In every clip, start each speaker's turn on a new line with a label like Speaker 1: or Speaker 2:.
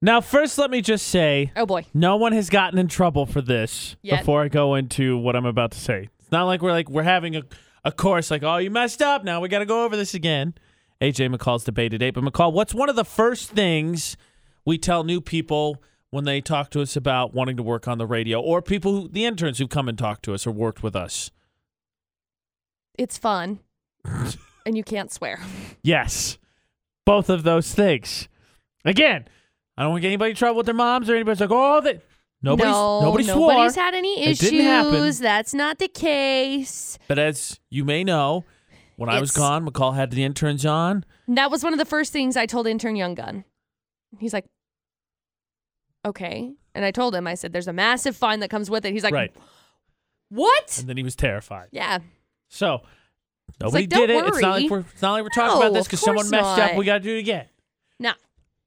Speaker 1: Now, first, let me just say
Speaker 2: Oh boy.
Speaker 1: no one has gotten in trouble for this
Speaker 2: Yet.
Speaker 1: before I go into what I'm about to say. It's not like we're like we're having a, a course like, oh, you messed up. Now we got to go over this again. AJ McCall's debate today. But McCall, what's one of the first things we tell new people when they talk to us about wanting to work on the radio or people, who, the interns who've come and talked to us or worked with us?
Speaker 2: It's fun. and you can't swear.
Speaker 1: Yes. Both of those things. Again, I don't want to get anybody in trouble with their moms or anybody's like, oh, that. Nobody's,
Speaker 2: no,
Speaker 1: nobody swore.
Speaker 2: nobody's had any
Speaker 1: It
Speaker 2: issues.
Speaker 1: didn't happen.
Speaker 2: That's not the case.
Speaker 1: But as you may know, when I was
Speaker 2: It's-
Speaker 1: gone, McCall had the interns on.
Speaker 2: That was one of the first things I told intern Young Gun. He's like, okay. And I told him, I said, there's a massive fine that comes with it. He's like,
Speaker 1: right.
Speaker 2: what?
Speaker 1: And then he was terrified.
Speaker 2: Yeah.
Speaker 1: So nobody
Speaker 2: "Don't
Speaker 1: did it. It's not like
Speaker 2: worry."
Speaker 1: we're it's not like we're talking about
Speaker 2: No,
Speaker 1: this
Speaker 2: of
Speaker 1: because someone
Speaker 2: course
Speaker 1: messed up.
Speaker 2: not.
Speaker 1: We gotta do it again.
Speaker 2: No.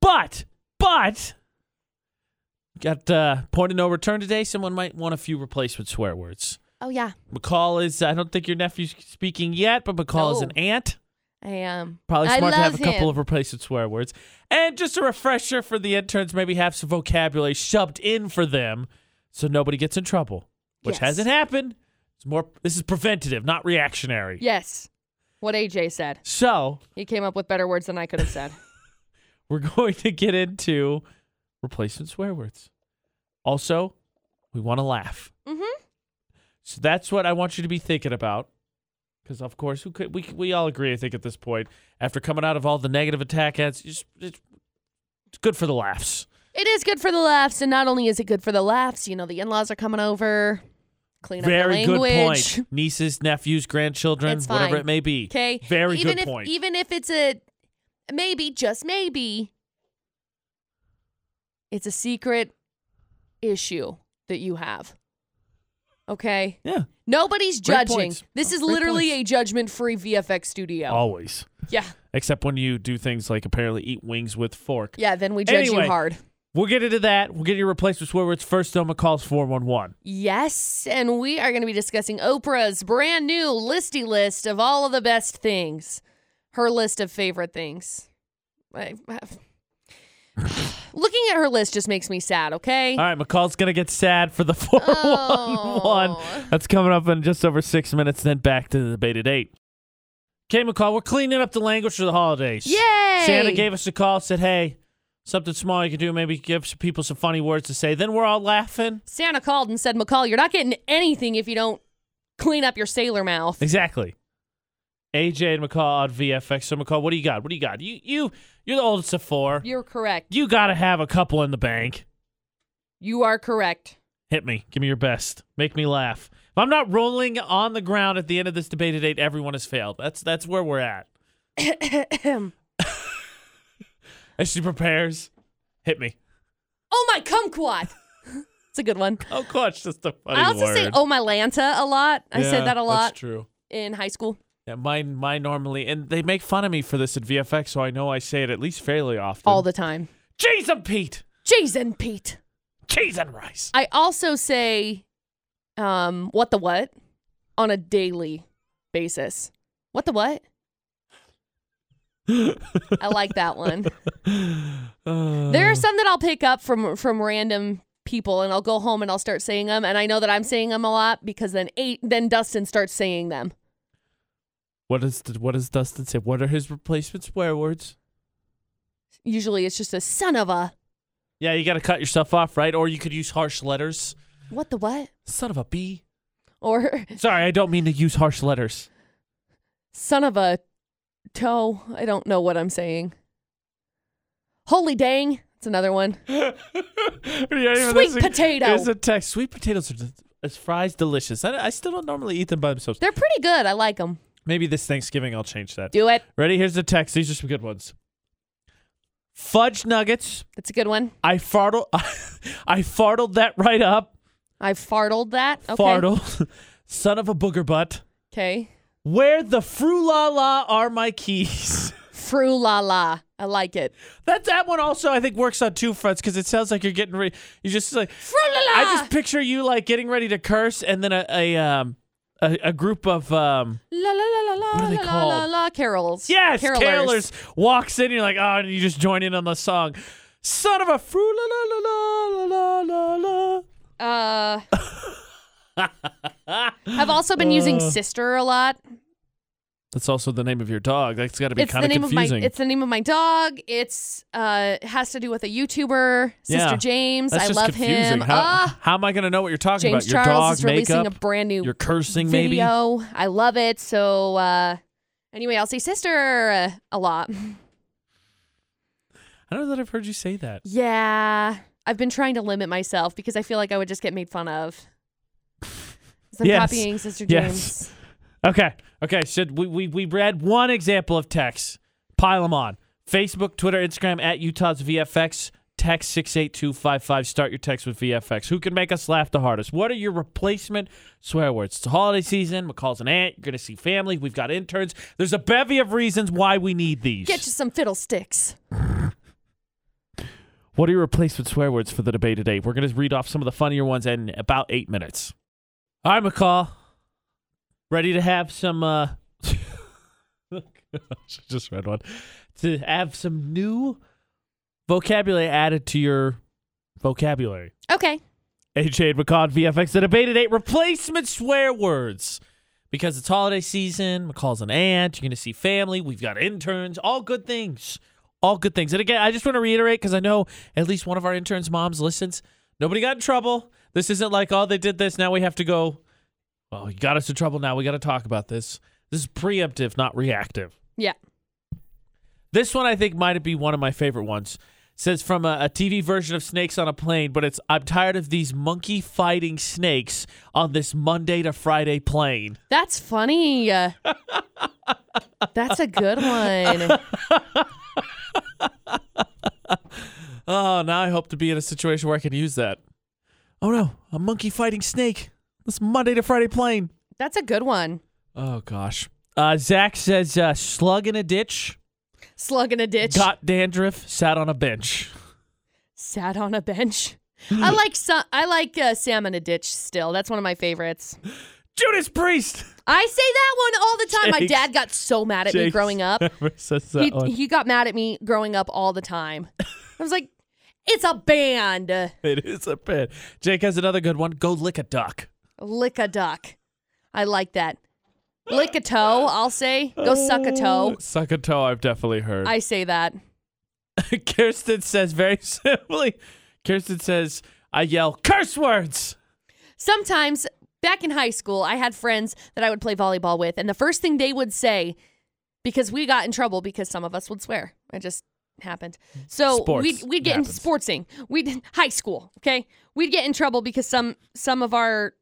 Speaker 1: But but got uh point of no return today. Someone might want a few replacement swear words.
Speaker 2: Oh, yeah.
Speaker 1: McCall is I don't think your nephew's speaking yet, but McCall is
Speaker 2: No.
Speaker 1: an aunt.
Speaker 2: I am.
Speaker 1: Probably
Speaker 2: I
Speaker 1: smart to have a
Speaker 2: love
Speaker 1: couple
Speaker 2: him.
Speaker 1: of replacement swear words. And just a refresher for the interns, maybe have some vocabulary shoved in for them so nobody gets in trouble, which
Speaker 2: Yes.
Speaker 1: hasn't happened. It's more this is preventative, not reactionary.
Speaker 2: Yes. What AJ said.
Speaker 1: So,
Speaker 2: He came up with better words than I could have said.
Speaker 1: we're going to get into replacement swear words. Also, we want to laugh.
Speaker 2: Mhm.
Speaker 1: So that's what I want you to be thinking about, because of course, who could we we all agree? I think at this point, after coming out of all the negative attack ads, it's, it's, it's good for the laughs.
Speaker 2: it is good for the laughs, and not only is it good for the laughs, you know, the in-laws are coming over. Clean up
Speaker 1: Very
Speaker 2: the
Speaker 1: good
Speaker 2: language.
Speaker 1: point. Nieces, nephews, grandchildren,
Speaker 2: It's
Speaker 1: whatever
Speaker 2: fine.
Speaker 1: it may be.
Speaker 2: Okay.
Speaker 1: Very
Speaker 2: even
Speaker 1: good
Speaker 2: if,
Speaker 1: point.
Speaker 2: Even if it's a maybe, just maybe, it's a secret issue that you have. Okay.
Speaker 1: yeah.
Speaker 2: Nobody's
Speaker 1: Great
Speaker 2: judging.
Speaker 1: points.
Speaker 2: This is
Speaker 1: Great
Speaker 2: literally
Speaker 1: points. Oh.
Speaker 2: a judgment-free VFX studio.
Speaker 1: Always.
Speaker 2: Yeah.
Speaker 1: Except when you do things like apparently eat wings with fork.
Speaker 2: Yeah. Then we judge
Speaker 1: Anyway.
Speaker 2: you hard.
Speaker 1: We'll get into that. We'll get your replacement swear words first though. McCall's four one one.
Speaker 2: Yes, and we are going to be discussing Oprah's brand new listy list of all of the best things. Her list of favorite things. I- Looking at her list just makes me sad, okay?
Speaker 1: All right, McCall's gonna get sad for the four one one.
Speaker 2: Oh.
Speaker 1: That's coming up in just over six minutes. Then back to the debate at eight. Okay, McCall, we're cleaning up the language for the holidays.
Speaker 2: Yay!
Speaker 1: Santa gave us a call, said, "Hey, something small you can do. Maybe give some people some funny words to say. Then we're all laughing."
Speaker 2: Santa called and said, McCall, you're not getting anything if you don't clean up your sailor mouth.
Speaker 1: Exactly. AJ and McCall on VFX. So McCall, what do you got? What do you got? You you you're the oldest of four.
Speaker 2: You're correct.
Speaker 1: You gotta have a couple in the bank.
Speaker 2: You are correct.
Speaker 1: Hit me. Give me your best. Make me laugh. If I'm not rolling on the ground at the end of this debate at eight, everyone has failed. That's that's where we're at.
Speaker 2: oh
Speaker 1: As she prepares, hit me.
Speaker 2: my kumquat! It's a good one.
Speaker 1: Oh gosh, that's the funny
Speaker 2: I also
Speaker 1: word.
Speaker 2: say oh my lanta a lot. I
Speaker 1: Yeah,
Speaker 2: said that a lot
Speaker 1: That's true.
Speaker 2: in high school.
Speaker 1: Yeah, mine mine normally and they make fun of me for this at VFX, so I know I say it at least fairly often.
Speaker 2: all the time.
Speaker 1: cheese and Pete.
Speaker 2: Jason Pete.
Speaker 1: Cheese and rice.
Speaker 2: I also say um what the what on a daily basis. What the what? I like that one.
Speaker 1: Uh,
Speaker 2: There are some that I'll pick up from from random people and I'll go home and I'll start saying them and I know that I'm saying them a lot because then eight then Dustin starts saying them.
Speaker 1: what is the, what does Dustin say? What are his replacement swear words?
Speaker 2: Usually it's just a son of a
Speaker 1: Yeah, you got to cut yourself off, right? Or you could use harsh letters.
Speaker 2: what the what
Speaker 1: Son of a bee.
Speaker 2: or
Speaker 1: Sorry, I don't mean to use harsh letters.
Speaker 2: son of a toe. I don't know what I'm saying. Holy dang. That's another one. Sweet potato.
Speaker 1: Is a text. Sweet potatoes are de- as fries delicious. I, I still don't normally eat them by themselves.
Speaker 2: They're pretty good. I like them.
Speaker 1: Maybe this Thanksgiving I'll change that.
Speaker 2: Do it.
Speaker 1: Ready? Here's the text. These are some good ones. Fudge nuggets.
Speaker 2: That's a good one.
Speaker 1: I fartled. I fartled that right up.
Speaker 2: I fartled that. Okay.
Speaker 1: Fartled. Son of a booger butt.
Speaker 2: Okay.
Speaker 1: Where the fru la la are my keys.
Speaker 2: Fru la la. I like it.
Speaker 1: That that one also I think works on two fronts because it sounds like you're getting ready. You just like
Speaker 2: Fru la la.
Speaker 1: I just picture you like getting ready to curse, and then a a um a, a group of um
Speaker 2: la la la la la
Speaker 1: What are they
Speaker 2: la la
Speaker 1: called?
Speaker 2: la la carols.
Speaker 1: yes
Speaker 2: Carolers.
Speaker 1: carolers. walks in. You're like oh, and you just join in on the song. Son of a fruit. La la la la la la la.
Speaker 2: Uh, I've also been using sister a lot.
Speaker 1: That's also the name of your dog. That's got to be
Speaker 2: It's
Speaker 1: kind
Speaker 2: the
Speaker 1: of
Speaker 2: name
Speaker 1: confusing.
Speaker 2: of my. It's the name of my dog. It's uh it has to do with a YouTuber, Sister
Speaker 1: Yeah.
Speaker 2: James.
Speaker 1: That's
Speaker 2: I
Speaker 1: just
Speaker 2: love
Speaker 1: confusing.
Speaker 2: him.
Speaker 1: How,
Speaker 2: Ah,
Speaker 1: how am I going to know what you're talking
Speaker 2: James
Speaker 1: about? Your
Speaker 2: Charles is
Speaker 1: dog
Speaker 2: releasing
Speaker 1: makeup,
Speaker 2: a brand new
Speaker 1: your cursing, maybe.
Speaker 2: video. I love it. So uh anyway, I'll say sister uh, a lot.
Speaker 1: I don't know that I've heard you say that.
Speaker 2: Yeah, I've been trying to limit myself because I feel like I would just get made fun of. 'Cause I'm
Speaker 1: Yes.
Speaker 2: copying Sister
Speaker 1: Yes.
Speaker 2: James.
Speaker 1: Okay. Okay. Should we we we read one example of text? Pile them on. Facebook, Twitter, Instagram at Utah's VFX. Text six eight two five five. Start your text with VFX. Who can make us laugh the hardest? What are your replacement swear words? It's the holiday season. McCall's an aunt. You're gonna see family. We've got interns. There's a bevy of reasons why we need these.
Speaker 2: Get you some fiddlesticks.
Speaker 1: What are your replacement swear words for the debate today? We're going to read off some of the funnier ones in about eight minutes. All right, McCall. Ready to have some. Uh... Gosh, I just read one. To have some new vocabulary added to your vocabulary.
Speaker 2: Okay.
Speaker 1: AJ and McCall at VFX, the debate today. Replacement swear words. Because it's holiday season, McCall's an aunt, you're going to see family, we've got interns, all good things. All good things. And again, I just want to reiterate because I know at least one of our interns' moms listens. Nobody got in trouble. This isn't like, oh, they did this, now we have to go. Well, you got us in trouble, now we got to talk about this. This is preemptive, not reactive.
Speaker 2: Yeah.
Speaker 1: This one I think might be one of my favorite ones. Says from a, a TV version of Snakes on a Plane, but it's I'm tired of these monkey fighting snakes on this Monday to Friday plane.
Speaker 2: That's funny. That's a good one.
Speaker 1: Oh, now I hope to be in a situation where I can use that. Oh no, a monkey fighting snake. This Monday to Friday plane.
Speaker 2: That's a good one.
Speaker 1: Oh gosh. Uh, Zach says uh, slug in a ditch,
Speaker 2: Slug in a ditch.
Speaker 1: got dandruff, sat on a bench.
Speaker 2: Sat on a bench.
Speaker 1: Hmm.
Speaker 2: I like some, I like uh, Sam in a ditch still. That's one of my favorites.
Speaker 1: Judas Priest.
Speaker 2: I say that one all the time. My
Speaker 1: Jake's-
Speaker 2: dad got so mad at me
Speaker 1: Jake
Speaker 2: growing up.
Speaker 1: never says that
Speaker 2: He,
Speaker 1: one.
Speaker 2: he got mad at me growing up all the time. I was like, it's a band.
Speaker 1: It is a pit. Jake has another good one. Go lick a duck.
Speaker 2: Lick a duck. I like that. Lick a toe, I'll say. Go suck a toe.
Speaker 1: Suck a toe, I've definitely heard.
Speaker 2: I say that.
Speaker 1: Kirsten says very simply. Kirsten says, I yell curse words.
Speaker 2: sometimes back in high school, I had friends that I would play volleyball with, and the first thing they would say, because we got in trouble because some of us would swear. It just happened. So
Speaker 1: Sports.
Speaker 2: we'd, we'd get
Speaker 1: It
Speaker 2: in
Speaker 1: happens.
Speaker 2: sportsing. We'd high school, okay? We'd get in trouble because some some of our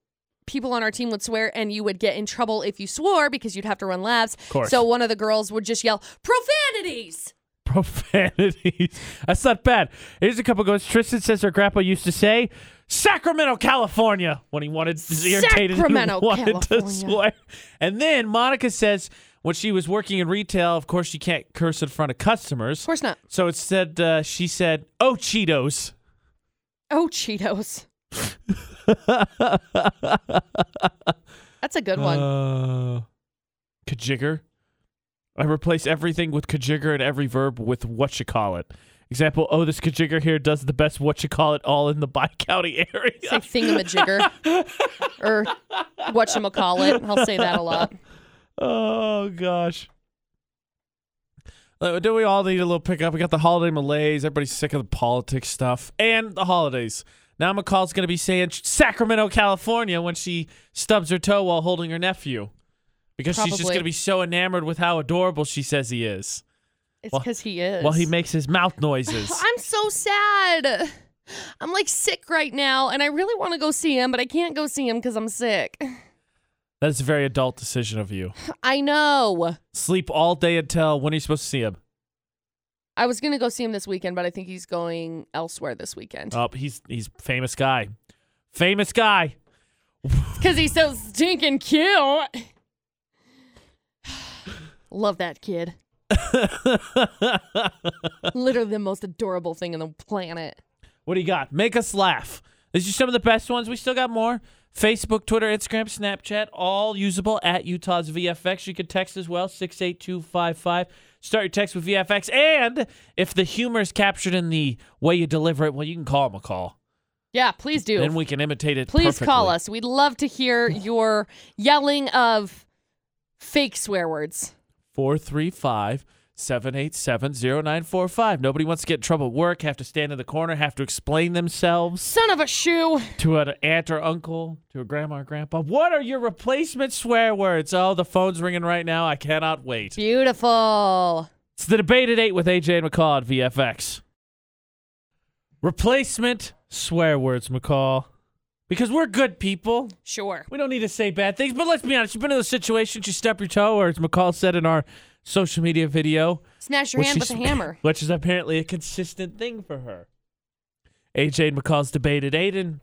Speaker 2: people on our team would swear and you would get in trouble if you swore because you'd have to run laps.
Speaker 1: course.
Speaker 2: So one of the girls would just yell, profanities.
Speaker 1: Profanities. That's not bad. Here's a couple goes. Tristan says her grandpa used to say, Sacramento, California, when he wanted is irritated
Speaker 2: Sacramento,
Speaker 1: and wanted to
Speaker 2: California.
Speaker 1: swear. And then Monica says when she was working in retail, of course you can't curse in front of
Speaker 2: Of
Speaker 1: customers.
Speaker 2: course not.
Speaker 1: So it said uh, she said, "Oh Cheetos."
Speaker 2: Oh, Cheetos. That's a good one.
Speaker 1: Uh, Kajigger. I replace everything with Kajigger and every verb with what you call it. Example: Oh, this Kajigger here does the best what you call it all in the Bi County
Speaker 2: say
Speaker 1: area.
Speaker 2: thingamajigger or whatchamacallit. I'll say that a lot.
Speaker 1: oh gosh. Uh, Don't we all need a little pickup? We got the holiday malaise. Everybody's sick of the politics stuff and the holidays. Now McCall's going to be saying Sacramento, California when she stubs her toe while holding her nephew because she's just
Speaker 2: Probably.
Speaker 1: going to be so enamored with how adorable she says he is.
Speaker 2: It's
Speaker 1: Well-
Speaker 2: because he is.
Speaker 1: While he makes his mouth noises.
Speaker 2: I'm so sad. I'm like sick right now, and I really want to go see him, but I can't go see him because I'm sick.
Speaker 1: that is a very adult decision of you.
Speaker 2: I know.
Speaker 1: Sleep all day until when are you supposed to see him?
Speaker 2: I was gonna go see him this weekend, but I think he's going elsewhere this weekend
Speaker 1: Oh, he's he's famous guy. Famous guy.
Speaker 2: because he's so stinking cute. Love that kid. Literally the most adorable thing on the planet.
Speaker 1: What do you got? Make us laugh. These are some of the best ones. We still got more. Facebook, Twitter, Instagram, Snapchat, all usable at Utah's VFX. You can text as well, 68255. Start your text with VFX. And if the humor is captured in the way you deliver it, well, you can call McCall.
Speaker 2: Yeah, please do.
Speaker 1: Then we can imitate it.
Speaker 2: Please call
Speaker 1: perfectly.
Speaker 2: us. We'd love to hear your yelling of fake swear words.
Speaker 1: 435 787 0945. Nobody wants to get in trouble at work, have to stand in the corner, have to explain themselves
Speaker 2: Son of a shoe.
Speaker 1: to an aunt or uncle, to a grandma or grandpa. What are your replacement swear words? Oh, the phone's ringing right now. I cannot wait.
Speaker 2: Beautiful.
Speaker 1: It's the debate at 8 with AJ and McCall at VFX. Replacement swear words, McCall. Because we're good people.
Speaker 2: Sure.
Speaker 1: We don't need to say bad things, but let's be honest. You've been in a situation, you step your toe, or as McCall said in our social media video,
Speaker 2: Smash your
Speaker 1: which
Speaker 2: hand
Speaker 1: is-
Speaker 2: with a hammer.
Speaker 1: Which is apparently a consistent thing for her. AJ and McCall's debated Aiden.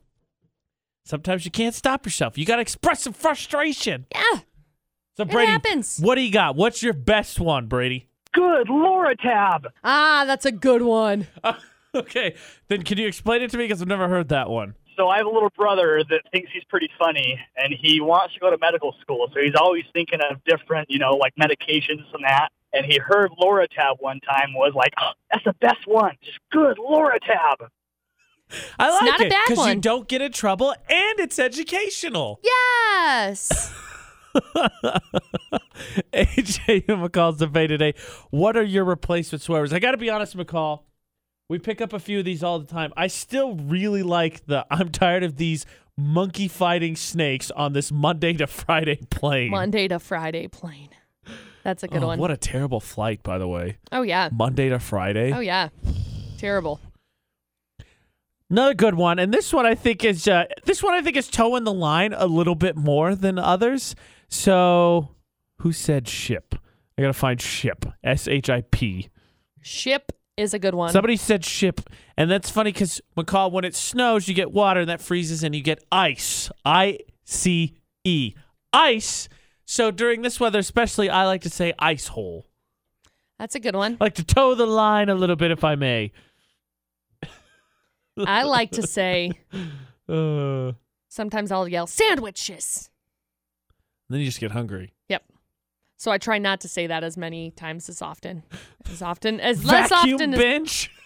Speaker 1: Sometimes you can't stop yourself. You got to express some frustration.
Speaker 2: Yeah.
Speaker 1: So,
Speaker 2: It
Speaker 1: Brady,
Speaker 2: happens.
Speaker 1: what do you got? What's your best one, Brady?
Speaker 3: Good Laura Tab.
Speaker 2: Ah, that's a good one.
Speaker 1: okay. Then can you explain it to me? Because I've never heard that one.
Speaker 3: So I have a little brother that thinks he's pretty funny, and he wants to go to medical school. So he's always thinking of different, you know, like medications and that. And he heard Laura Tab one time was like, "Oh, "That's the best one. Just good Laura Tab."
Speaker 1: I like
Speaker 2: not a
Speaker 1: it
Speaker 2: bad
Speaker 1: because you
Speaker 2: one.
Speaker 1: don't get in trouble and it's educational.
Speaker 2: Yes.
Speaker 1: AJ and McCall's debate today. What are your replacement swear words? I got to be honest, McCall. We pick up a few of these all the time. I still really like the I'm tired of these monkey fighting snakes on this Monday to Friday plane.
Speaker 2: Monday to Friday plane. That's a good
Speaker 1: Oh,
Speaker 2: one.
Speaker 1: What a terrible flight, by the way.
Speaker 2: oh, yeah.
Speaker 1: Monday to Friday.
Speaker 2: Oh, yeah. Terrible.
Speaker 1: Another good one, and this one I think is uh, this one I think is toeing the line a little bit more than others. So, who said ship? I gotta find ship. S H I P.
Speaker 2: Ship is a good one.
Speaker 1: Somebody said ship, and that's funny because McCall, when it snows, you get water and that freezes, and you get ice. I C E. Ice. So during this weather, especially, I like to say ice hole.
Speaker 2: That's a good one.
Speaker 1: I like to toe the line a little bit, if I may.
Speaker 2: I like to say,
Speaker 1: Uh,
Speaker 2: sometimes I'll yell sandwiches.
Speaker 1: then you just get hungry.
Speaker 2: Yep. So I try not to say that as many times as often. As often as less
Speaker 1: Vacuum
Speaker 2: often as
Speaker 1: bench.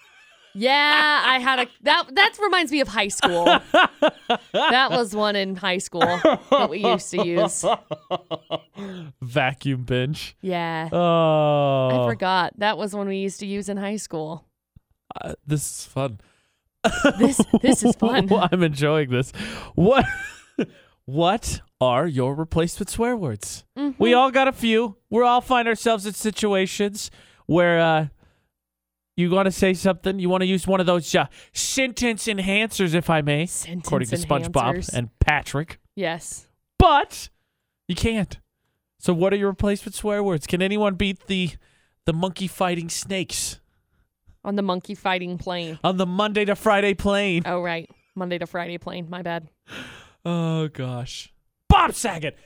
Speaker 2: Yeah, I had a that that reminds me of high school. that was one in high school that we used to use.
Speaker 1: Vacuum bench.
Speaker 2: Yeah.
Speaker 1: Oh,
Speaker 2: I forgot. That was one we used to use in high school.
Speaker 1: Uh, this is fun.
Speaker 2: This this is fun.
Speaker 1: I'm enjoying this. What what are your replacement swear words?
Speaker 2: Mm-hmm.
Speaker 1: We all got a few. We all find ourselves in situations where uh, you want to say something. You want to use one of those uh, sentence enhancers, if I may,
Speaker 2: Sentence
Speaker 1: according to SpongeBob
Speaker 2: enhancers.
Speaker 1: and Patrick.
Speaker 2: Yes.
Speaker 1: But you can't. So, what are your replacement swear words? Can anyone beat the the monkey fighting snakes
Speaker 2: On the monkey fighting plane.
Speaker 1: on the Monday to Friday plane?
Speaker 2: Oh right. Monday to Friday plane, my bad.
Speaker 1: Oh gosh. Bob Saget.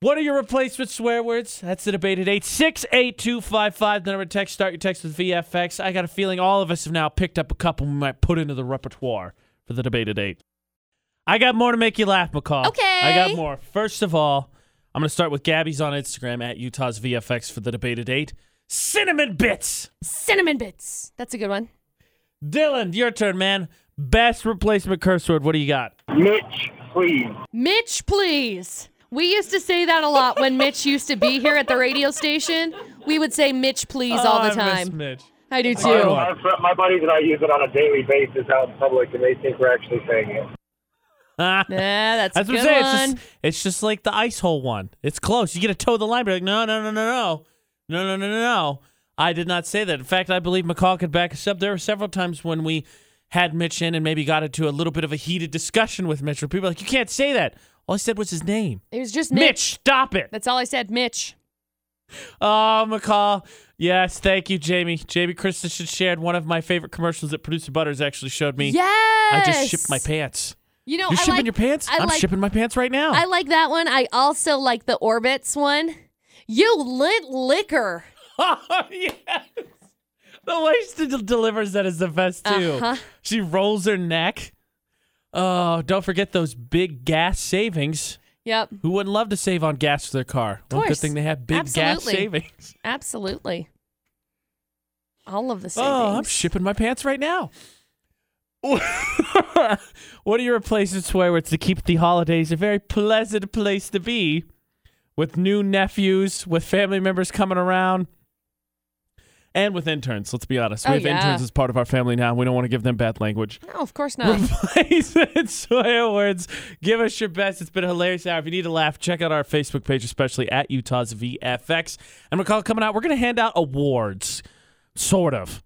Speaker 1: What are your replacement swear words? That's the debate at 868-255. The number to text, start your text with VFX. I got a feeling all of us have now picked up a couple we might put into the repertoire for the debate at 8. I got more to make you laugh, McCall.
Speaker 2: Okay.
Speaker 1: I got more. First of all, I'm going to start with Gabby's on Instagram at Utah's VFX for the debate at 8. Cinnamon bits.
Speaker 2: Cinnamon bits. That's a good one.
Speaker 1: Dylan, your turn, man. Best replacement curse word. What do you got?
Speaker 3: Mitch, please.
Speaker 2: Mitch, please. We used to say that a lot when Mitch used to be here at the radio station. We would say Mitch, please, all
Speaker 1: Oh,
Speaker 2: the
Speaker 1: I miss
Speaker 2: time.
Speaker 1: Mitch.
Speaker 2: I do
Speaker 1: I
Speaker 2: too.
Speaker 1: love-
Speaker 4: My, fr- my buddies and I use it on a daily basis out in public, and they think we're actually saying it.
Speaker 2: Yeah, that's,
Speaker 1: That's
Speaker 2: a
Speaker 1: what
Speaker 2: good
Speaker 1: I'm saying.
Speaker 2: one.
Speaker 1: It's just, it's just like the ice hole one. It's close. You get to toe the line, but you're like, no, no, no, no, no. No, no, no, no, no. I did not say that. In fact, I believe McCall could back us up. There were several times when we had Mitch in and maybe got into a little bit of a heated discussion with Mitch where people were like, you can't say that. All I said was his name.
Speaker 2: It was just
Speaker 1: Mitch,
Speaker 2: Mitch.
Speaker 1: stop it.
Speaker 2: That's all I said, Mitch.
Speaker 1: Oh, McCall. Yes, thank you, Jamie. Jamie Christensen shared one of my favorite commercials that producer Butters actually showed me. I
Speaker 2: Yes.
Speaker 1: just shipped my pants.
Speaker 2: You know,
Speaker 1: You're
Speaker 2: I
Speaker 1: shipping
Speaker 2: like,
Speaker 1: your pants?
Speaker 2: I
Speaker 1: am
Speaker 2: like,
Speaker 1: shipping my pants right now.
Speaker 2: I like that one. I also like the Orbits one. You lit liquor.
Speaker 1: Oh yes. The way she del- delivers that is the best too.
Speaker 2: Uh-huh.
Speaker 1: She rolls her neck. Oh, don't forget those big gas savings.
Speaker 2: Yep,
Speaker 1: Who wouldn't love to save on gas for their car? Well, good
Speaker 2: course.
Speaker 1: thing they have big gas
Speaker 2: Absolutely.
Speaker 1: savings.
Speaker 2: absolutely. all of the same
Speaker 1: Oh, I'm
Speaker 2: things.
Speaker 1: shipping my pants right now. what are your replacement swear words to keep the holidays a very pleasant place to be with new nephews, with family members coming around, and with interns? Let's be honest. We
Speaker 2: Oh,
Speaker 1: have
Speaker 2: yeah.
Speaker 1: interns as part of our family now. We don't want to give them bad language.
Speaker 2: no, of course not.
Speaker 1: Replacement swear words. Give us your best. It's been a hilarious hour. If you need a laugh, check out our Facebook page, especially at Utah's VFX. And recall coming out, we're going to hand out awards, sort of.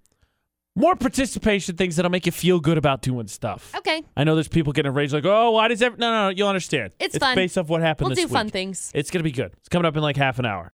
Speaker 1: More participation things that'll make you feel good about doing stuff.
Speaker 2: okay,
Speaker 1: I know there's people getting rage like, oh, why does every no, no, no, you'll understand.
Speaker 2: It's fun.
Speaker 1: based off what happened
Speaker 2: we'll
Speaker 1: this
Speaker 2: do
Speaker 1: week.
Speaker 2: fun things.
Speaker 1: It's gonna be good. It's coming up in like half an hour.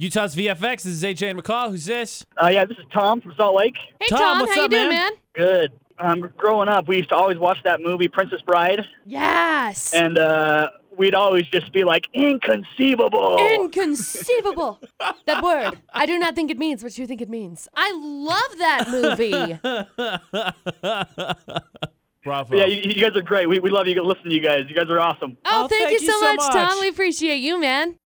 Speaker 1: Utah's VFX. This is AJ and McCall. Who's this?
Speaker 3: Uh, yeah, this is Tom from Salt Lake.
Speaker 2: Hey
Speaker 1: Tom,
Speaker 2: Tom,
Speaker 1: what's
Speaker 2: how
Speaker 1: up,
Speaker 2: you doing,
Speaker 1: man?
Speaker 2: man?
Speaker 3: Good. Um, growing up, we used to always watch that movie Princess Bride,
Speaker 2: Yes.
Speaker 3: and uh, we'd always just be like, inconceivable.
Speaker 2: Inconceivable. that word. I do not think it means what you think it means. I love that movie.
Speaker 1: Bravo.
Speaker 3: yeah, you, you guys are great. We, we love you. Listen to you guys. You guys are awesome.
Speaker 2: Oh,
Speaker 1: Oh,
Speaker 2: thank, you so much,
Speaker 1: much.
Speaker 2: Tom. We appreciate you, man.